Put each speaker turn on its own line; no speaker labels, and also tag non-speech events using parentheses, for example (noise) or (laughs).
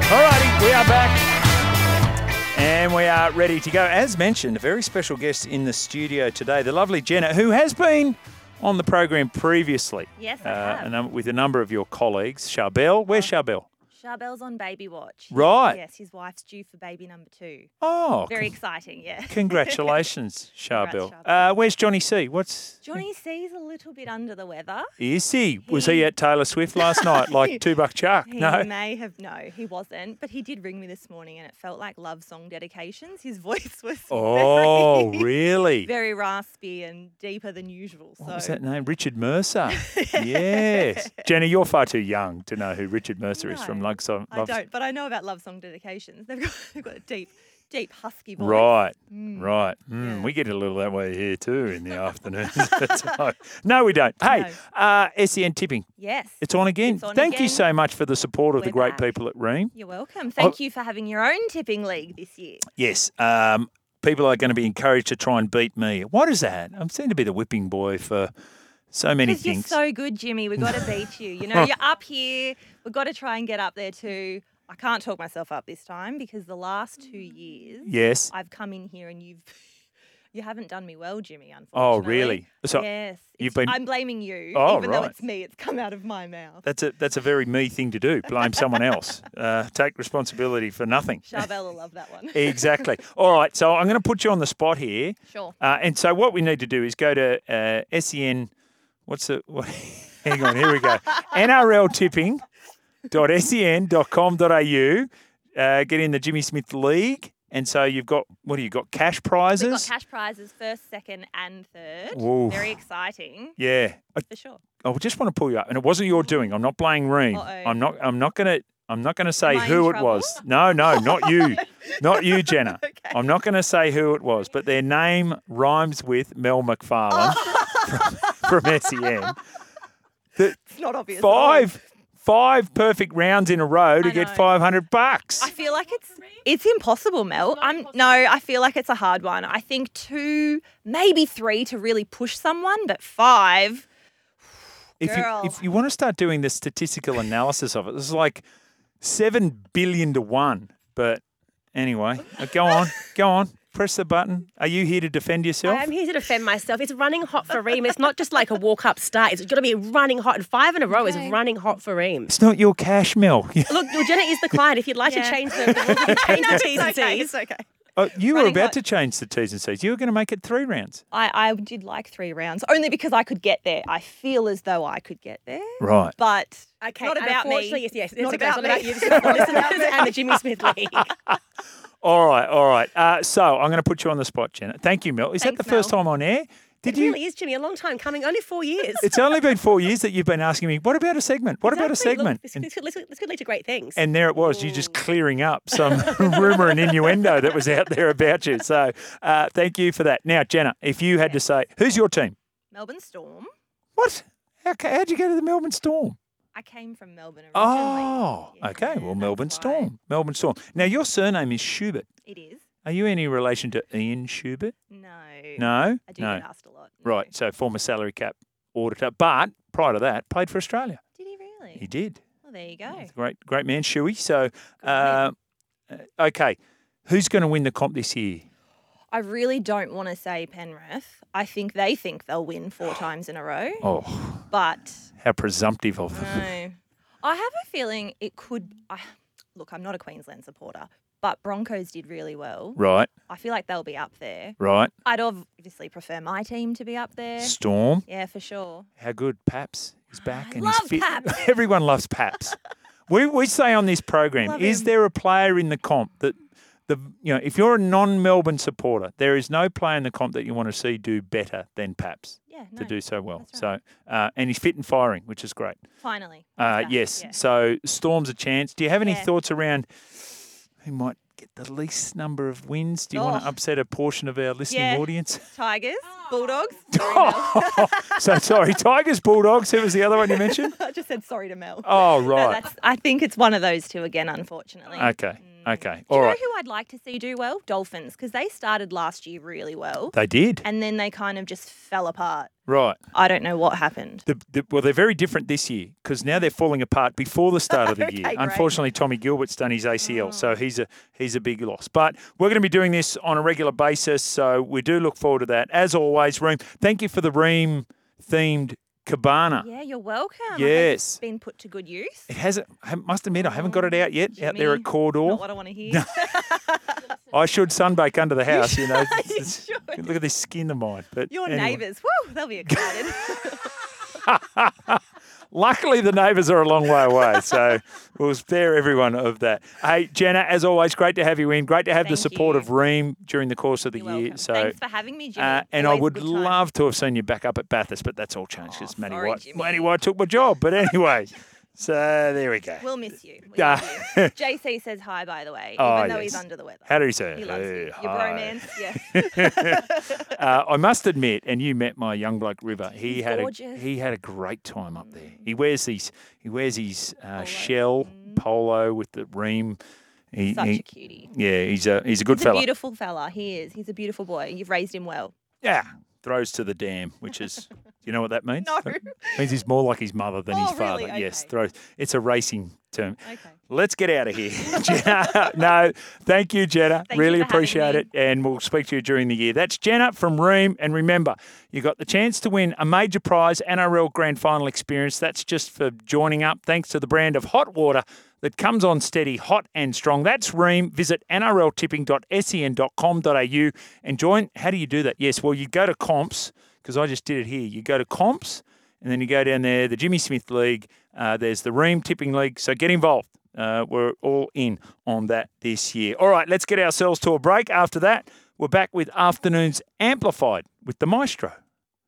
We are back. And we are ready to go. As mentioned, a very special guest in the studio today, the lovely Jenna, who has been on the program previously.
Yes, I
uh,
have. Oh.
a num- with a number of your colleagues. Charbel. Where's Charbel?
Charbel's on baby watch.
Right.
Yes, his wife's due for baby number two.
Oh,
Very (laughs)
con-
exciting, yeah.
congratulations, Charbel.
Charbel.
Uh, where's Johnny C? What's.
(laughs) Johnny C's a little bit under the weather.
Is he? Was he at Taylor Swift last night,
(laughs)
like two buck chuck?
He
No.
(laughs) may have no, he wasn't, but he did ring me this morning, and it felt like love song dedications. His (laughs) voice was
Oh,
very, (laughs)
really?
very raspy and deeper than usual. So
What was that name? Richard
(laughs)
Mercer. yes. Jenny, you're far too young to know who Richard Mercer is from
No,
Luxor.
I don't, but I know about love song dedications. They've got, they've got a deep, deep husky voice.
Right, right. Mm, We get a little that way here too in the (laughs)
(laughs)
afternoons. So- no, we don't. Hey, uh, SEN tipping,
Yes.
it's on again.
It's on
Thank you
again.
so much for the support of the
We're
great
back.
people at Ream.
You're
Oh.
welcome. Thank you for having your own tipping league this year.
Yes, um, people are going to be encouraged to try and beat me. What is that? I'm seen to be the whipping boy for so many
Because you're
things.
so good, Jimmy. We've
(laughs)
got to beat you. You know, you're up here. We've got to try and get up there too. I can't talk myself up this time because the last two years
yes.
I've come in here and you've (laughs) you haven't done me well, Jimmy,
Oh,
unfortunately.
really? So
yes.
you've
it's-
been-
I'm blaming you.
Oh,
even though
right.
it's me, it's come out of my mouth. (laughs)
that's a that's a very me thing to do. Blame someone else. Uh, take responsibility for nothing.
Charbel will love that
(laughs)
one.
exactly. All right. So I'm going to put you on the spot here.
(laughs) Sure.
Uh, and so what we need to do is go to uh, SEN. What's the? What, (laughs) hang on. Here we go. E NRLtipping.sen.com.au. Uh, get in the Jimmy Smith League. And so you've got what do you got? Cash prizes.
We've got cash prizes first, second, and third.
Woof.
Very exciting.
yeah. I,
For sure.
I just want to pull you up, and it wasn't your doing. I'm not blaming Reem.
Uh-oh.
I'm not. I'm not going to. I'm not going to say
Am I in
who it
trouble?
was. No, no, not
(laughs)
you, not you, Jenna.
Okay.
I'm not going to say who it was, but their name rhymes with Mel McFarlane
Oh.
(laughs) from, from
(laughs)
SEN.
It's not obvious. at all.
Five, five perfect rounds in a row to
I
get
know.
500 bucks.
I feel like it's it's impossible, Mel. I'm no, I feel like it's a hard one. I think two, maybe three to really push someone, but five.
if
girl.
you if you want to start doing the statistical analysis of it, this is like seven billion to one. But anyway, uh, go on, go on. Press the button. Are you here to defend yourself?
I'm here to defend myself. It's running hot for Reem. It's not just like a walk up start. It's got to be running hot. And five in a row is running hot for Reem.
It's not your cash, (laughs) Mel.
Look, well, Jenna is the client. If you'd like
Yeah.
to change the, the,
(laughs)
rules, you can change the T's and
okay,
C's.
okay.
Oh, you were
Running
about
hot.
to change the T's and C's. You were going to make it three rounds.
I, I did like three rounds only because I could get there. I feel as though I could get there,
Right.
but
Okay,
not
and
about
unfortunately,
me.
Yes, yes, it's
Not
okay, it's
about
not about
me.
you. This is about the listeners (laughs) and the Jimmy Smith League.
All right. All right. Uh, so I'm going to put you on the spot, Jenna. Thank you, Mel. Is that
Thanks,
the first
Mel.
time on air? Did
It
you?
really is, Jimmy. A long time coming. Only four years.
It's only been four years that you've been asking me, what about a segment? What about a
Exactly. Look,
segment?
this,
And-
this could, this could- this could lead to great things.
And there it was. You're just clearing up
(laughs)
some (laughs) rumour and innuendo that was out there about you. So uh, thank you for that. Now, Jenna, if you had to say, who's your team?
Melbourne Storm.
What? How, ca- how'd you go to the Melbourne Storm?
I came from Melbourne originally.
Oh,
Yeah,
okay. Well,
that's
Melbourne
why.
Storm. Melbourne Storm. Now, your surname is Schubert.
It is
Are you any relation to Ian Schubert?
no.
No?
I do
No.
get asked a lot. no.
Right. So, former salary cap auditor, but prior to that, played for Australia.
Did he really?
He did.
Well, there you go.
He's a great, great man, Shuey. So, uh, uh, okay. Who's going to win the comp this year?
I really don't want to say Penrith. I think they think they'll
(gasps)
win four times in a row,
Oh.
but
How presumptive of (laughs) them.
no. I have a feeling it could. I, look, I'm not a Queensland supporter, but Broncos did really well.
Right,
I feel like they'll be up there.
right.
I'd obviously prefer my team to be up there.
Storm.
Yeah, for sure.
How good. Paps is back and
love
he's fit.
Paps.
(laughs) Everyone loves Paps. we, we say on this program,
Love
is
him.
there a player in the comp that the you know, if you're a non Melbourne supporter, there is no player in the comp that you want to see do better than Paps
Yeah, no.
to do so well.
that's right.
So uh, and he's fit and firing, which is great.
Finally.
Uh,
He's back,
yes.
yeah.
So Storm's a chance. Do you have any
Yeah.
thoughts around who might get the least number of wins? Do you want to
Oh.
upset a portion of our listening
Yeah.
audience?
Tigers,
(laughs)
Bulldogs. Sorry, (laughs) Mel.
Oh, so (laughs) sorry, Tigers, Bulldogs. Who was the other one you mentioned?
I just said sorry to Mel.
Oh,
No,
right.
that's, I think it's one of those two again, unfortunately.
okay. Okay.
Do
Uh, All
you
right.
know who I'd like to see do well? Dolphins, because they started last year really well,
They did.
and then they kind of just fell apart.
Right.
I don't know what happened.
The, the, well, they're very different this year because now they're falling apart before the start of the
(laughs) Okay,
year.
great. Mm.
Unfortunately, Tommy Gilbert's done his ACL, so he's a he's a big loss. But we're going to be doing this on a regular basis, so we do look forward to that. As always, Reem, thank you for the Reem themed cabana.
Yeah, you're welcome. I hope
Yes.
it's been put to good use.
It hasn't. I must admit, I haven't got it out yet. out there at
Jimmy,
Cawdor,
Not what I want
(laughs)
to hear.
I should sunbake under the house. You, know,
(laughs) you
It's- it's-
should.
look at this skin of mine. But
(laughs) Your
anyway.
neighbours,
(laughs)
woo, they'll be excited. (laughs)
Luckily, the neighbours are a long way away, so
(laughs)
we'll spare everyone of that. Hey, Jenna, as always, great to have you in. Great to have the
Thank
support
you.
of Ream during the course of the
You're
year.
welcome.
So,
Thanks for having me, Jimmy.
uh, and I
Always a
would
good time.
love to have seen you back up at Bathurst, but that's all changed because
Oh,
Manny
sorry,
White,
Jimmy.
Manny White took my job.
(laughs)
But anyway, so there we go.
We'll miss you. We
Ah.
love you.
(laughs)
JC says hi, by the way, even
Oh,
though he's
yes.
under the weather.
How do you say?
he loves
Hey,
you. Your
hi. (laughs)
bromance, yeah.
Uh, I must admit, and you met my young bloke River. He
He's
had a
gorgeous. Mm.
he had a great time up there. He wears these he wears his uh, shell polo with the ream. He,
Such
he-
a cutie.
Yeah, he's a he's a good
He's a
fella.
beautiful fella. He is. He's a beautiful boy. You've raised him well.
yeah, throws to the dam, which
(laughs)
is do you know what that means?
No.
That means he's more like his mother than his
Oh, really?
father. Yes,
Okay.
throws. It's a racing term.
(laughs) Okay.
Let's get out of here. (laughs) Jenna. no, thank you, Jenna.
Thank you
really
for having
appreciate
me.
it. And we'll speak to you during the year. That's Jenna from Ream. And remember, you got the chance to win a major prize NRL Grand Final experience. That's just for joining up, thanks to the brand of hot water that comes on steady, hot and strong. That's Ream. Visit E nrltipping.sen.com.au and join. How do you do that? Yes, well, you go to comps, because I just did it here. You go to comps. And then you go down there, the Jimmy Smith League, uh, there's the Ream Tipping League. So get involved. Uh, we're all in on that this year. All right, let's get ourselves to a break. After that, we're back with Afternoons Amplified with the Maestro.